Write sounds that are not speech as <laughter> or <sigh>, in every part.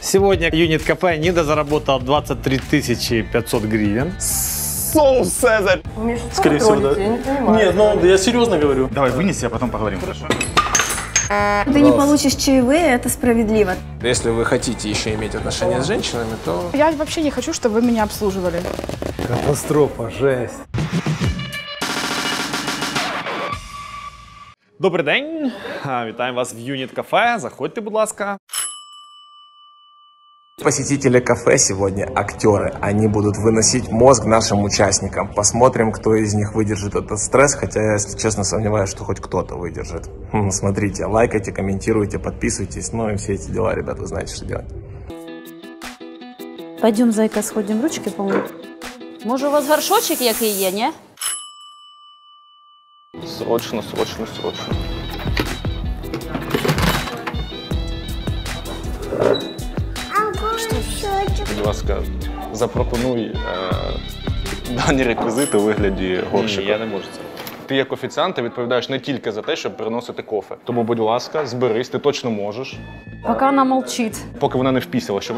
Сегодня юнит кафе Нида заработал 23 500 гривен. Соус Цезарь! Миша, что вы Скорее всего, троните? да. Я не понимаю. Нет, ну я серьезно говорю. Давай вынеси, а потом поговорим. Хорошо. Ты не получишь чаевые, это справедливо. Если вы хотите еще иметь отношения с женщинами, то Я вообще не хочу, чтобы вы меня обслуживали. Катастрофа, жесть. Добрий день. А, Вітаємо вас в Юніт Кафе. Заходьте, будь ласка. посетители кафе сегодня актеры. Они будут выносить мозг нашим участникам. Посмотрим, кто из них выдержит этот стресс, хотя я, если честно, сомневаюсь, что хоть кто-то выдержит. Хм, Смотрите, лайкайте, комментируйте, подписывайтесь, ну и все эти дела, ребята, вы знаете, что делать. Пойдем, зайка, сходим ручки помыть. Може, у вас горшочок який є, ні? Срочно, срочно, срочно. Будь ласка, запропонуй е, дані реквізити у вигляді горщика. Ні, я не можу це. Ти як офіціант ти відповідаєш не тільки за те, щоб приносити кофе. Тому, будь ласка, зберись, ти точно можеш, Пока она молчит. поки вона не впісила, щоб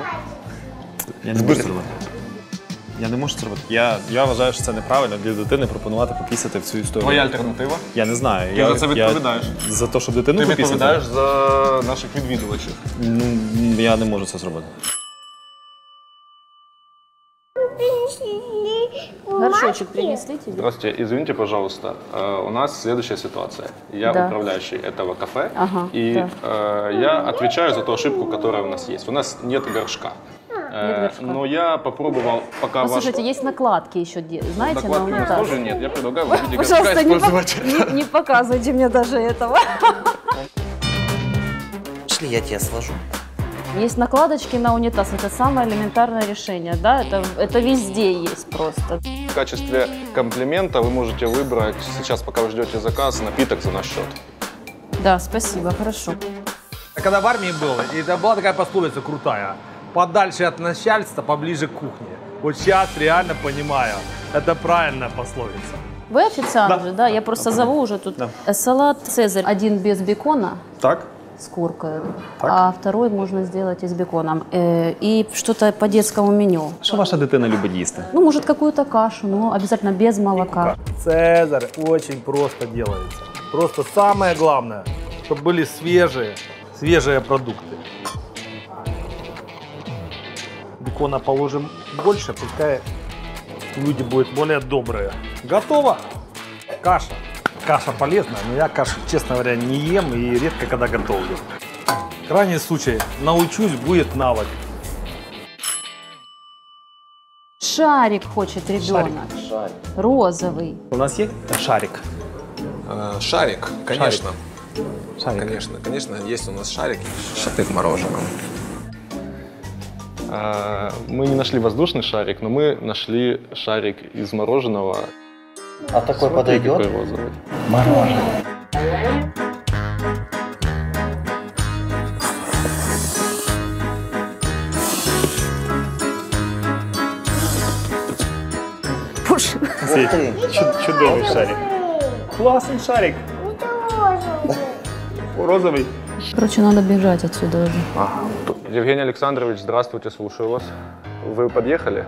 Я не можу це робити. Я не можу це робити. Я, я вважаю, що це неправильно для дитини пропонувати попісити в цю історію. твоя альтернатива. Я не знаю. Ти я, за це відповідаєш. Я, за те, щоб дитину Ти попісити? відповідаєш за наших відвідувачів. Ну, я не можу це зробити. Горшочок принесли Ну, тобі. Здравствуйте, извините, пожалуйста, э, у нас следующая ситуация. Я Да. управляющий этого кафе, Ага, и да. э, я отвечаю за ту ошибку, которая у нас есть. У нас нет горшка. Э, А, горшка. Но я попробовал, пока ваш... Послушайте, есть накладки еще, де- знаете, на Докладки у нас унитаз. <laughs> тоже нет. Я предлагаю в виде горшка Пожалуйста, не, по- использовать. не- не показывайте мне даже этого. <laughs> Пошли, я тебя сложу. Есть накладочки на унитаз, это самое элементарное решение, да? Это, это везде есть просто. В качестве комплимента вы можете выбрать сейчас, пока вы ждете заказ, напиток за наш счет. Да, спасибо, хорошо. Я когда в армии был, и это была такая пословица крутая. Подальше от начальства, поближе к кухне. Вот сейчас реально понимаю, это правильная пословица. Вы официант же, да? Я просто зову уже тут. Э, Салат «Цезарь» один без бекона Так? с куркой, а второй можно сделать и с беконом. Э, И что-то по детскому меню. Що ваша дитина любить їсти? Ну, может, какую-то кашу, но обязательно без молока. Цезарь очень просто делается. Просто самое главное, чтобы были свежие, свежие продукты. Бекона положим больше, пускай люди будут более добрые. Готово. Каша. Каша полезна, но я кашу, честно говоря, не ем и редко когда готовлю. Крайний случай, научусь, будет навык. Шарик хочет ребенок. Розовый. У нас є шарик. Э, Шарик, конечно. Шарик. Конечно, конечно, есть у нас шарик. Шатык мороженого. А, Мы не нашли воздушный шарик, но мы нашли шарик из мороженого. А такой Какой подойдет? его зовут? Мороженое. Ух ты. Чудовий шарик. Класний шарик. Розовий. Короче, надо бежать отсюда уже. Евгений Александрович, здравствуйте, слушаю вас. Вы подъехали?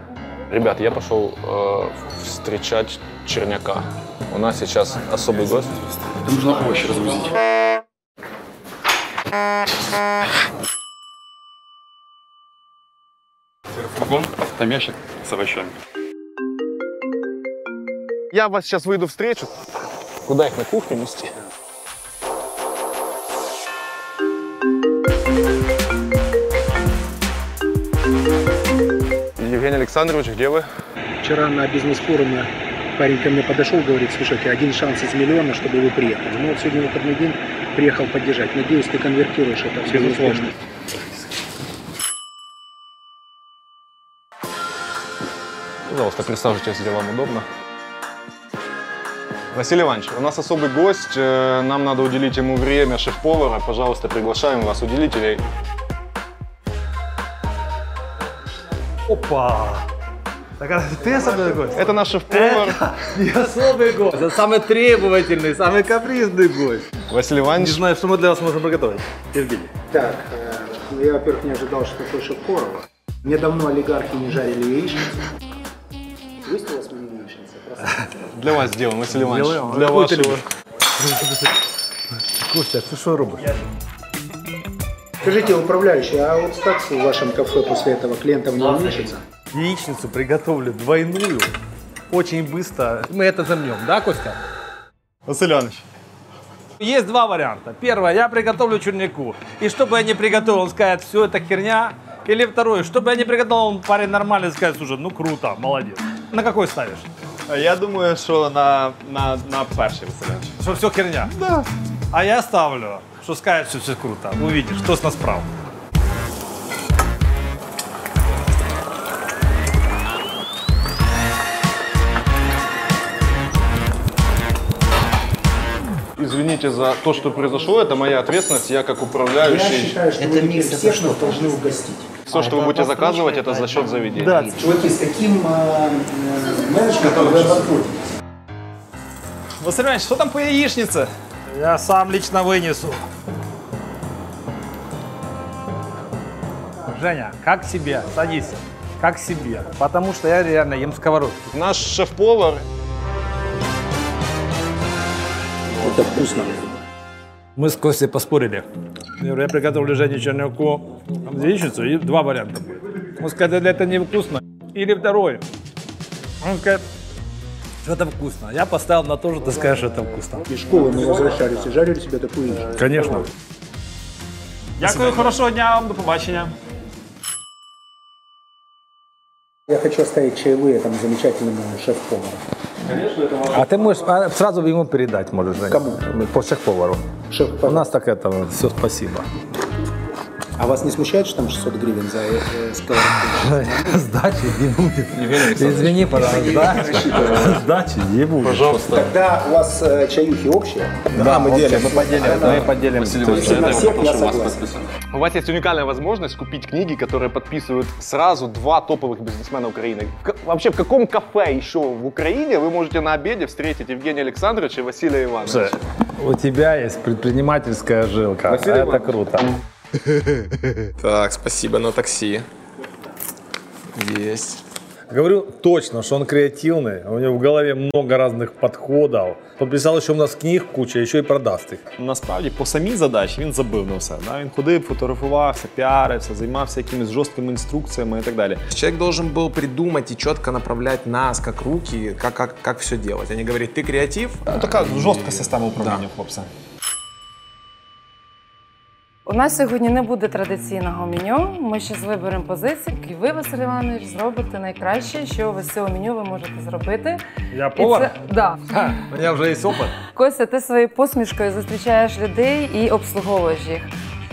Ребят, я пошел э, встречать Черняка. У нас сейчас особый гость. Там ящик з овощами. Я вас сейчас выйду встречу. Куда их на кухню нести? Евгений Александрович, где вы? Вчера на бизнес-форуме парень ко мне подошел, говорит, слушайте, один шанс из миллиона, чтобы вы приехали. Ну вот сегодня выходной день, приехал поддержать. Надеюсь, ты конвертируешь это все успешно. Пожалуйста, присаживайтесь, если вам удобно. Василий Иванович, у нас особый гость, э, нам надо уделить ему время шеф-повара. Пожалуйста, приглашаем вас, уделите ей Опа! Так а ты особый гость? Это наш Э? шеф-повар Не особый гость, это самый требовательный, самый капризный гость. Василий Не Иванович. знаю, что мы для вас можем приготовить. Евгений. Так, Ну, я, во-первых, не ожидал, что такое Шепкорова. Мне давно олигархи не жарили яичницу. Есть у вас мини яичница? Для вас сделаем, Василий Иванович. Сделаем. Для Какую ты вашего. Костя, ты что робишь? Скажите, управляющий, а вот статус в вашем кафе после этого клиентов не уменьшится? Яичницу приготовлю двойную, очень быстро. Мы это замнем, да, Костя? Василь Иванович. Есть два варианта. Первое, я приготовлю чернику. И что бы я не приготовил, он скажет, все это херня. Или второе, что бы я не приготовил, он парень нормальный скажет, слушай, ну круто, молодец. На какой ставишь? Я думаю, що на, на, на перший Василь Іванович. Что все херня? Да. А я ставлю, что скажет, что все круто. Увидишь, кто с нас прав. Извините за то, что произошло, это моя ответственность, я как Я управляющий. считаю, что вы не всех нас должны угостить. Все, что вы будете заказывать, это за счет заведения. Чуваки, с таким а, э, менеджером вы обанкротитесь. Василий Иванович, что там по яичнице? Я сам лично вынесу. Женя, как себе? Садись. Как себе? Потому что я реально ем сковородку. Наш шеф-повар Это вкусно. Мы с Костей поспорили. Я говорю, я приготовлю Жене черняку яичницу, и два варианта будет. Он сказал, это невкусно. Или второй. Он скажет, что это вкусно. Я поставил на то, что ты скажешь, что это вкусно. Из школы мы возвращались и жарили себе такую яичницу. Конечно. Дякую, хорошого дня вам, до побачення. Я хочу оставить чаевые этому замечательному шеф-повару. А ты можешь а, сразу ему передать, можешь, Женя. Кому? По шеф-повару. У нас так это, все, спасибо. А вас не смущает, что там 600 гривен за э, э, сковородку? Сдачи не будет. Александрович, Извини, пожалуйста, извини, да? не рассчитываю. Сдачи не будет. Тогда у вас э, чаюхи общие? Да, общие, мы поделим, Она- мы поделим. Василий Иванович, Если на я всех, я попрошу вас согласен. подписать. У вас есть уникальная возможность купить книги, которые подписывают сразу два топовых бизнесмена Украины. К- вообще, в каком кафе еще в Украине вы можете на обеде встретить Евгения Александровича и Василия Ивановича? У тебя есть предпринимательская жилка. Василий Это Иванович. круто. Так, спасибо на такси. Есть. Говорю точно, что он креативный, у него в голове много разных подходов. Подписал еще у нас книг куча, еще і продаст їх. Насправді по самій задачі він забив на все. Да? Він ходив, фотографувався, піарився, займався якимись жорсткими інструкціями і так далі. Человек должен был придумать и четко направлять нас, как руки, как, как, как все делать. Они говорят, ты креатив. Така жорстка система управління, хлопця. У нас сьогодні не буде традиційного меню. Ми ще виберемо позиції, які ви, Василь Іванович, зробите найкраще, що ви з цього меню ви можете зробити. Я І повар? це- Да. Ха, у меня уже есть опыт. Костя, ти своєю посмішкою зустрічаєш людей і обслуговуєш їх.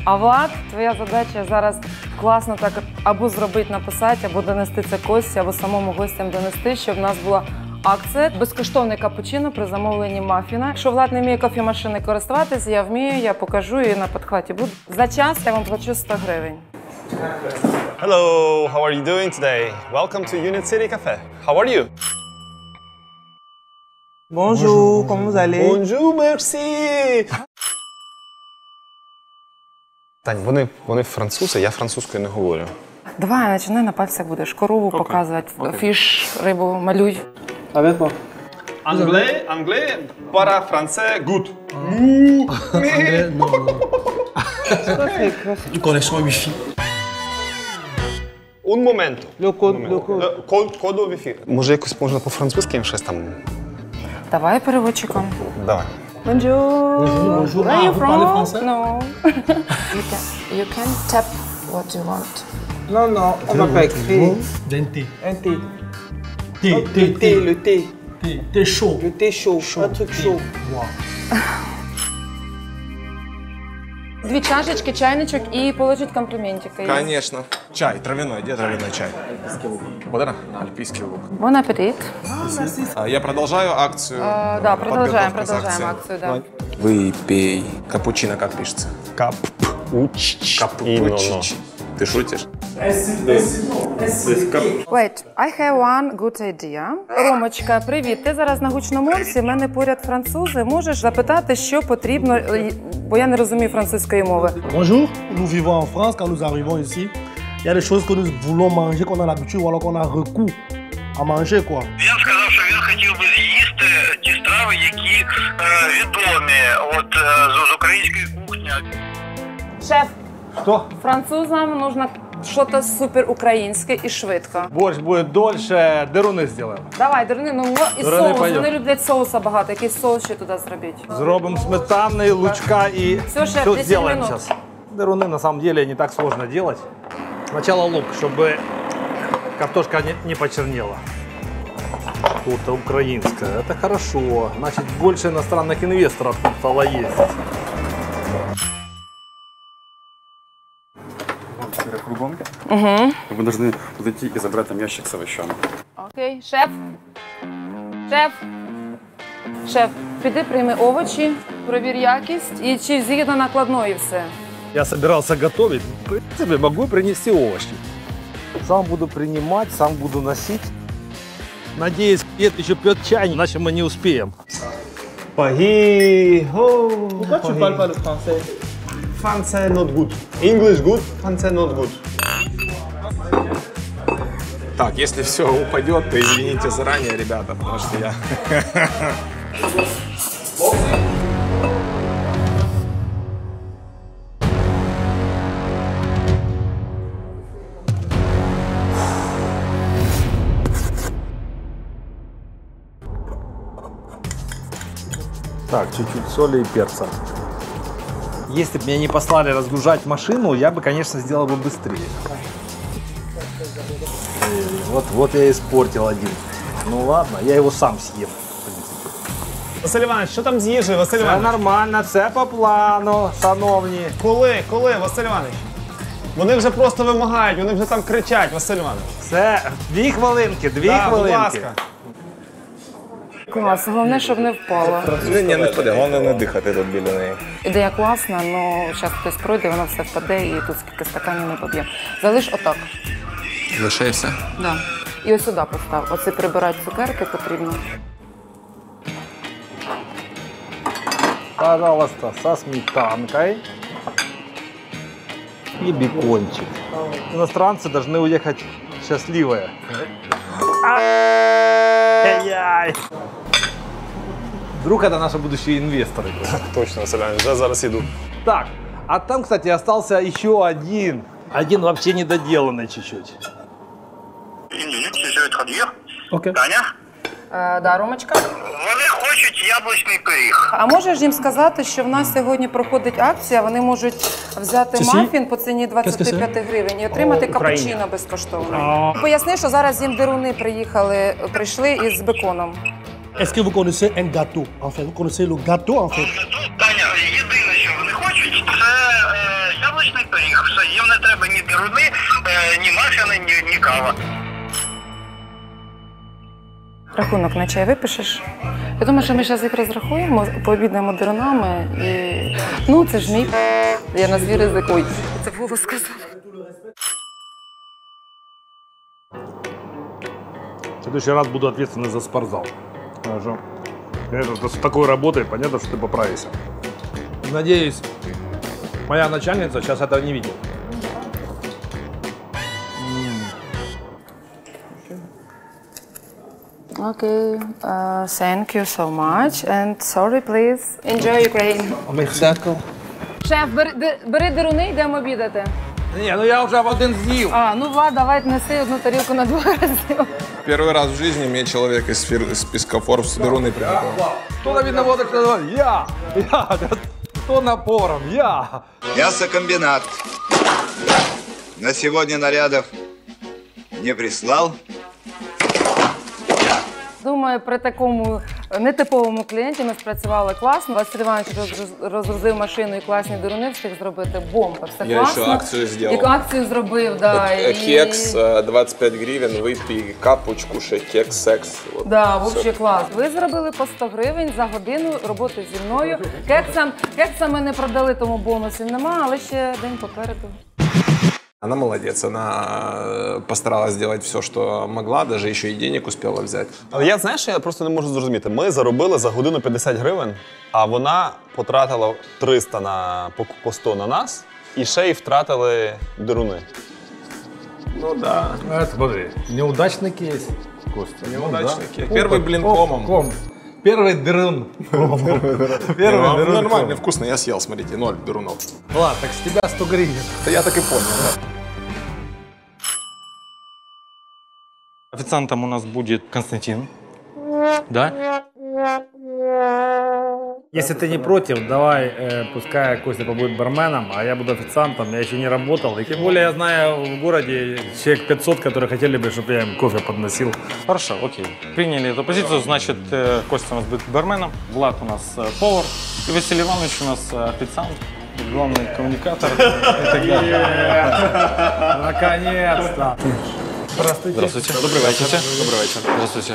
А Влад, твоя задача зараз класно так або зробити, написати, або донести це Кості, або самому гостям донести, щоб в нас була акція безкоштовний капучино при замовленні мафіна. Якщо Влад не вміє кофемашини користуватися, я вмію, я покажу і на підхваті буду. За час я вам плачу 100 гривень. Hello, how are you doing today? Welcome to Unit City Cafe. How are you? Bonjour, comment vous allez Bonjour, merci. Тань, вони, вони французи, я французькою не говорю. Давай, починай на пальцях будеш. Корову показувати, фіш, рибу, малюй. Англе, англе, пара франце, гуд. <laughs> Connexion Wi-Fi. Un momento. Le code, le code. Le code, code Wi-Fi. Може якось можна по-французьки їм щось там? Давай переводчиком. Давай. Bonjour. Bonjour. Where are Ah, you vous from? parlez français? <laughs> No. you can you can tap what you want. Non, non, on m'a pas écrit. D'un thé. Un thé. Thé, Oh, thé, le thé, thé. le thé. Thé, thé chaud. Le thé chaud, un truc chaud. Дві чашечки, чайничок і положить компліментики. Конечно. Чай, травяной. Где травяной чай? Вот это? Альпийский лук. Бон апетит. А, Я продолжаю акцию. Э, да, Подготовка продолжаем, к продолжаем акции. акцию, да. Выпей. Капучино как пишется? Кап. Капучино. Ты шутишь? Wait, I have one good idea. Ромочка, привіт. Ти зараз на гучному мовці, в мене поряд французи. Можеш запитати, що потрібно, е, бо я не розумію французької мови. Bonjour, nous vivons en France quand nous arrivons ici. Il y a des choses que nous voulons manger, qu'on a l'habitude ou alors qu'on a recours à manger quoi. Шеф, Что? французам нужно щось супер українське і швидко. Борщ будет дольше, деруни сделаем. Давай, дурни, ну ну, і Дурни соус. пойдем. Вони люблять соуса багато. Який соус ще туди зробити? Зробим сметаны, лучка и Всё, шеф, 10 сделаем минут. сейчас. Деруны на самом деле не так сложно делать. Сначала лук, чтобы картошка не, не почернела. Тут украинская. Это хорошо. Значит, больше иностранных инвесторов тут стало ездить. кругом. Угу. Вы должны подойти и забрать там ящик с овощами. Окей, шеф. Шеф. Шеф, піди прийми овочі, провір якість і чи згідно накладної все. Я собирался готовить. В принципе, могу принести овощи. Сам буду принимать, сам буду носить. Надеюсь, Пет еще пьет чай, иначе мы не успеем. Паги, Pourquoi tu parles pas le français Français not good. English good, français not good. Так, если все упадет, то извините заранее, ребята, потому что я... Так, чуть-чуть соли и перца. Если бы меня не послали разгружать машину, я бы, конечно, сделал бы быстрее. Э, Вот, вот я испортил один. Ну ладно, я его сам съем. Василь Іванович, що там з їжею, Василь Це Іванович? нормально, це по плану, шановні. Коли, коли, Василь Іванович? Вони вже просто вимагають, вони вже там кричать, Василь Іванович. Це дві хвилинки, дві Да, будь хвилинки. ласка. Клас, головне, щоб не впало. Ні, Ну, не впаде, головне не дихати тут біля неї. Ідея класна, але зараз хтось пройде, воно все впаде і тут скільки стаканів не поб'є. Залиш отак. Лишився. Да. І ось сюди постав. Оце прибирати цукерки потрібно. Пожалуйста, со сметанкой и бекончик. Иностранцы должны уехать счастливые. Ай-яй. Вдруг это наши будущие инвесторы. Точно, Василь Іванович, вже зараз йду. Так, а там, кстати, остался еще один. Один вообще недоделанный чуть-чуть. Окей. Е, да, Ромочка. Вони хочуть яблучний пиріг. А можеш їм сказати, що в нас сьогодні проходить акція, вони можуть взяти Сісі? мафін по ціні 25 гривень і отримати О, Україна. капучино безкоштовно. Поясни, що зараз їм деруни приїхали, прийшли із беконом. Est-ce que vous connaissez un gâteau en fait Vous connaissez le gâteau en fait Рахунок на чай випишеш. Я думаю, що ми зараз їх розрахуємо, пообідаємо дерунами і. Ну, це ж мій. Я назві ризик. Ой, це голос сказала. В следующий раз буду ответственный за спортзал. Хорошо. Это с такой работой понятно, что ты поправишься. Надеюсь, моя начальница сейчас этого не видит. Окей. Е, Thank you so much and sorry, please. Enjoy Ukraine. Шеф, бери, де- бери деруни, йдемо обідати. Не, ну я уже один з'їв. А, ну ва, давай неси одну тарілку на два рази. Первый раз в жизни мне человек из, фир- из списка Forbes Беруны приготовил. Кто на виноводок назвал? Я! Я! Кто напором? Я! Мясокомбинат. На сегодня нарядов не прислал. Думаю, при такому е, нетиповому клієнті ми спрацювали класно. Василь Іванович роз- розгрузив машину і класні деруни встиг зробити. Бомба, все Я класно. ще акцію зробив. І акцію зробив, да. Э, і... Кекс э, 25 гривен, выпей капочку, ще кекс, секс. Вот. Да, Всё. взагалі клас. Ви зробили по 100 гривень за годину роботи зі мною. Кексам, кексам ми не продали, тому бонусів нема, але ще день попереду. Она молодец, она э, постаралась сделать все, что могла, даже еще и денег успела взять. Але я знаєш, що я просто не можу зрозуміти. Ми заробили за годину 50 гривень, а вона потратила 300 на по, по 100 на нас і ще й втратили деруни. Ну да. смотри, неудачный кейс, Костя. Неудачный кейс. Первый блин комом. Ком. Первый дрын. Первый Ну, дрын. нормально, комом. вкусно, я съел, смотрите, ноль дурунов. Ладно, так с тебя 100 гривен. Я так и понял, да. Официантом у нас будет Константин. Да? Если ты не против, давай, э, пускай Костя побудет барменом, а я буду официантом, я еще не работал. И тем более я знаю в городе человек 500, которые хотели бы, чтобы я им кофе подносил. Хорошо, окей. Приняли эту позицию, значит, э, Костя у нас будет барменом, Влад у нас э, повар, и Василий Иванович у нас э, официант, и главный коммуникатор. Наконец-то! Здравствуйте. Здравствуйте. Добрый вечер. Добрый вечер. Здравствуйте.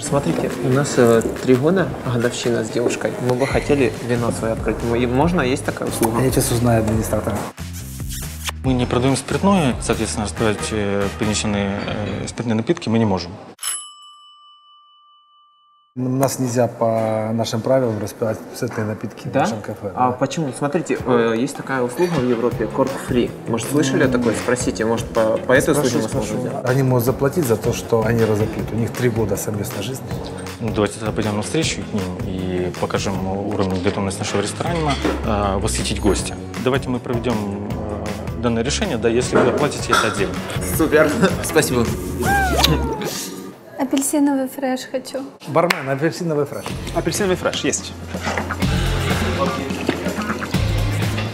Смотрите, у нас э, три года годовщина с девушкой. Мы бы хотели вино свое открыть. М- Можно? Есть такая услуга? Я сейчас узнаю администратора. Мы не продаем спиртное, соответственно, раскрывать э, принесенные э, спиртные напитки мы не можем. Нас нельзя по нашим правилам распивать спиртные напитки в Да? нашем кафе. А почему? Смотрите, э, есть такая услуга в Европе, корк фри. Может, слышали о такой? Спросите, может, по, по этой Спрошу, услуге мы сможем спрошу. сделать? Они могут заплатить за то, что они разопьют. У них три года совместной жизни. Ну, давайте тогда пойдем на встречу к ним и покажем уровень готовности нашего ресторана, э, восхитить гостя. Давайте мы проведем э, данное решение, да, если вы заплатите, это отдельно. Супер, <laughs> спасибо. Апельсиновый фреш хочу. Бармен, апельсиновый фреш. Апельсиновый фреш, есть.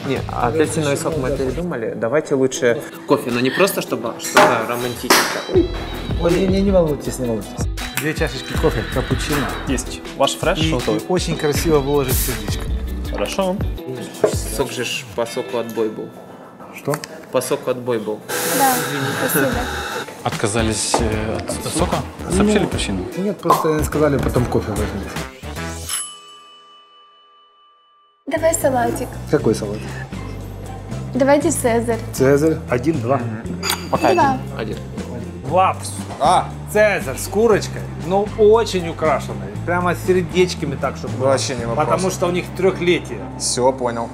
Не, а апельсиновый сок мы передумали. Давайте лучше кофе, но не просто, чтобы что-то романтическое. Ой, не, не, не волнуйтесь, не волнуйтесь. Две чашечки кофе, капучино. Есть. Ваш фреш И, готовый. и очень красиво выложить сердечко. Хорошо. Сок же ж по соку отбой был. Что? По соку отбой был. Да, спасибо. Отказались э, от, от сока? Сообщили Ну, причину? Нет, просто сказали, потом кофе возьмите. Давай салатик. Какой салат? Давайте Цезарь. Цезарь. Один, два. Пока Два. один. Один. Лапс. А, Цезарь с курочкой, ну очень украшенный. Прямо с сердечками так, чтобы было. Вообще не вопрос. Потому что у них трехлетие. Все, понял.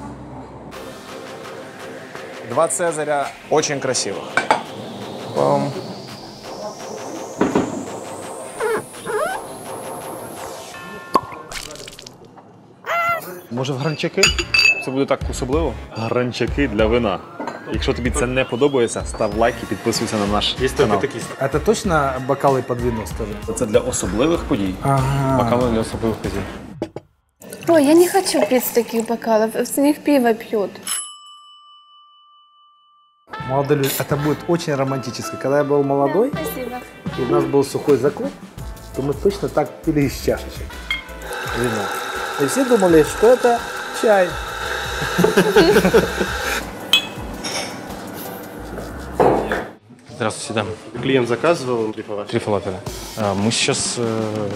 Два Цезаря очень красивых. Пам. Може, в гранчаки? Це буде так особливо. Гранчаки для вина. Якщо тобі це не подобається, став лайк і підписуйся на наш канал. Это точно бокалы под вино, скажи? Це для особливих подій. Ага. Бокали для особливих подій. Ой, я не хочу пить с таких бокалов, с них пиво пьют. Молодые люди, это будет очень романтически. Когда я был молодой, Спасибо. и у нас был сухой закон, то мы точно так пили из чашечек вино. И все думали, что это чай. Здравствуйте, да. Клиент заказывал трифалафель. Три фалафеля. А, Мы сейчас, э,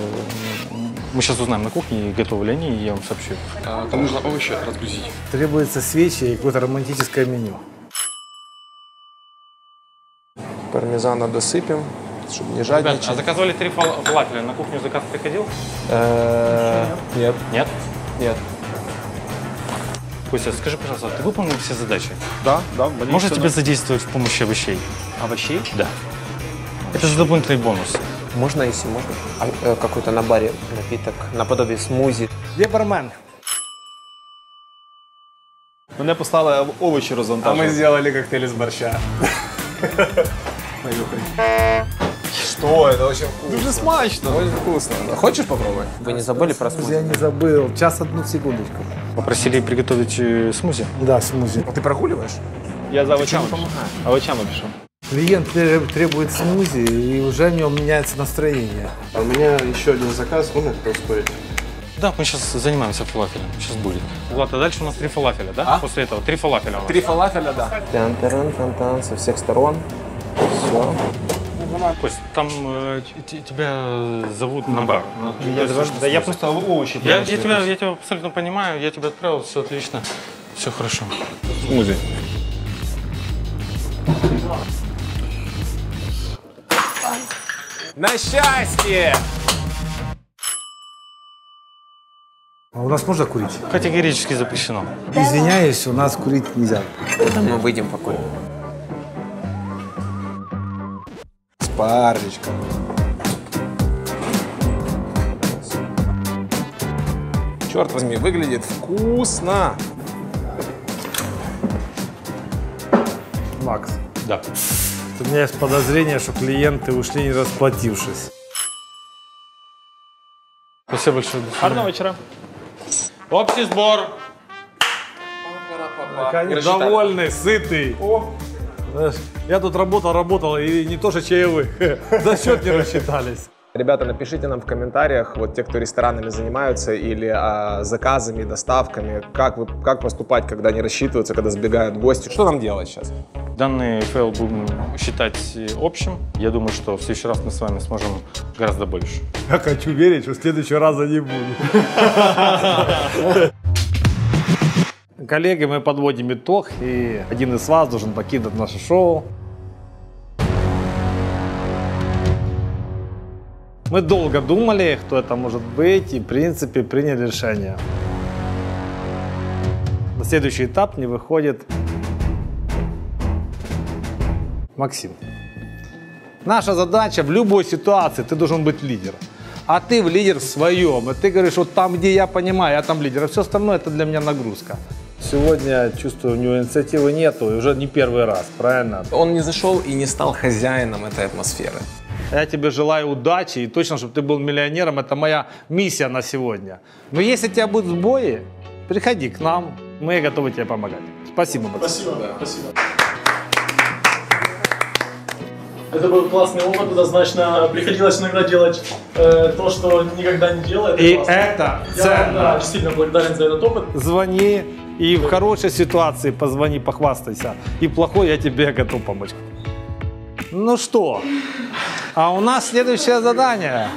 мы сейчас узнаем на кухне, готовы ли они, и я вам сообщу. Там нужно овощи разгрузить. Требуется свечи и какое-то романтическое меню. Пармезана досыпем, чтобы не Ребят, жадничать. а заказывали три фал- фалафеля, на кухню заказ приходил? Э, Нет. Нет? Нет. Костя, скажи, пожалуйста, ты выполнил все задачи? Да, да. Можно тебя задействовать в помощи овощей? Овощей? Да. Это же дополнительный бонус. Можно, если можно, а, э, какой-то на баре напиток, наподобие смузи. Я бармен. Мене послали в овочі розвантажити. А ми зробили коктейль з борща. Что, это очень вкусно. Дуже смачно. Очень вкусно. Хочешь попробовать? Вы не забыли про смузи? Я не забыл. Час одну секундочку. Попросили приготовить э, смузи. Да, смузи. Ты прогуливаешь? Я за овочами. Овочами пишу. Клиент тре- требует смузи, и уже у него меняется настроение. У меня еще один заказ, можно это ускорить? Да, мы сейчас занимаемся фалафелем. Сейчас будет. Влад, а дальше у нас три фалафеля, да? После этого три фалафеля у нас. фалафеля, да. Тан тан со всех сторон. Все. Кость, там э, т- тебя зовут на бар. Я даже- да я просто овощи Я, я, прямо тебя, я тебя абсолютно понимаю, я тебя отправил, все отлично, все хорошо. Смузі. На счастье! А у нас можно курить? Категорически запрещено. Извиняюсь, у нас курить нельзя. Мы выйдем покурим. С парничком. Черт возьми, выглядит вкусно. Макс. Да. У меня есть подозрение, что клиенты ушли не расплатившись. Спасибо большое. А, Гарного вечера. Общий сбор. Они довольны, сытый. Знаешь, Я тут работал, работал, и не то, что чаевых. <laughs> За счет не рассчитались. Ребята, напишите нам в комментариях, вот те, кто ресторанами занимаются или а, заказами, доставками, как, вы, как поступать, когда не рассчитываются, когда сбегают гости. Что нам делать сейчас? Данный файл будем считать э, общим. Я думаю, что в следующий раз мы с вами сможем гораздо больше. Я хочу верить, что в следующий раз не буду. <laughs> Коллеги, мы подводим итог, и один из вас должен покинуть наше шоу. Мы долго думали, кто это может быть, и в принципе приняли решение. На следующий этап не выходит Максим. Наша задача в любой ситуации, ты должен быть лидер. А ты в лидер в своем. И ты говоришь, вот там, где я понимаю, я там лидер. А все остальное это для меня нагрузка. Сегодня, чувствую, у него инициативы нету, и уже не первый раз, правильно? Он не зашел и не стал хозяином этой атмосферы. Я тебе желаю удачи, и точно, чтобы ты был миллионером, это моя миссия на сегодня. Но если у тебя будут сбои, приходи к нам, мы готовы тебе помогать. Спасибо, Максим. спасибо. Это был классный опыт, однозначно приходилось иногда делать э, то, что никогда не делал. И классно. это Я, ценно. да, сильно благодарен за этот опыт. Звони, и в хорошей ситуации позвони, похвастайся. И в плохой я тебе готов помочь. Ну что, а у нас следующее задание.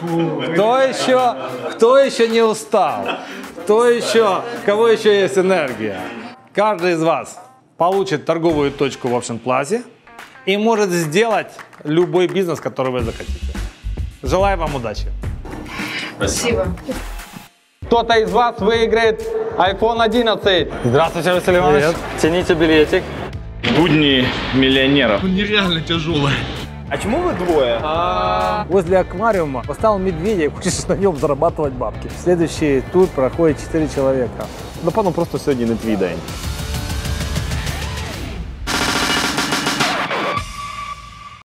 Кто еще, кто еще не устал? Кто еще, кого еще есть энергия? Каждый из вас получит торговую точку в Option Plaza и может сделать любой бизнес, который вы захотите. Желаю вам удачи. Спасибо. Кто-то из вас выиграет iPhone 11. Здравствуйте, Василий Иванович. Тяните билетик. Будни миллионеров. Нереально тяжело. А чему вы двое? Возле аквариума поставил медведя и хочешь на нем зарабатывать бабки. Следующий тур проходит 4 человека. Ну, пану просто сьогодні не твій день.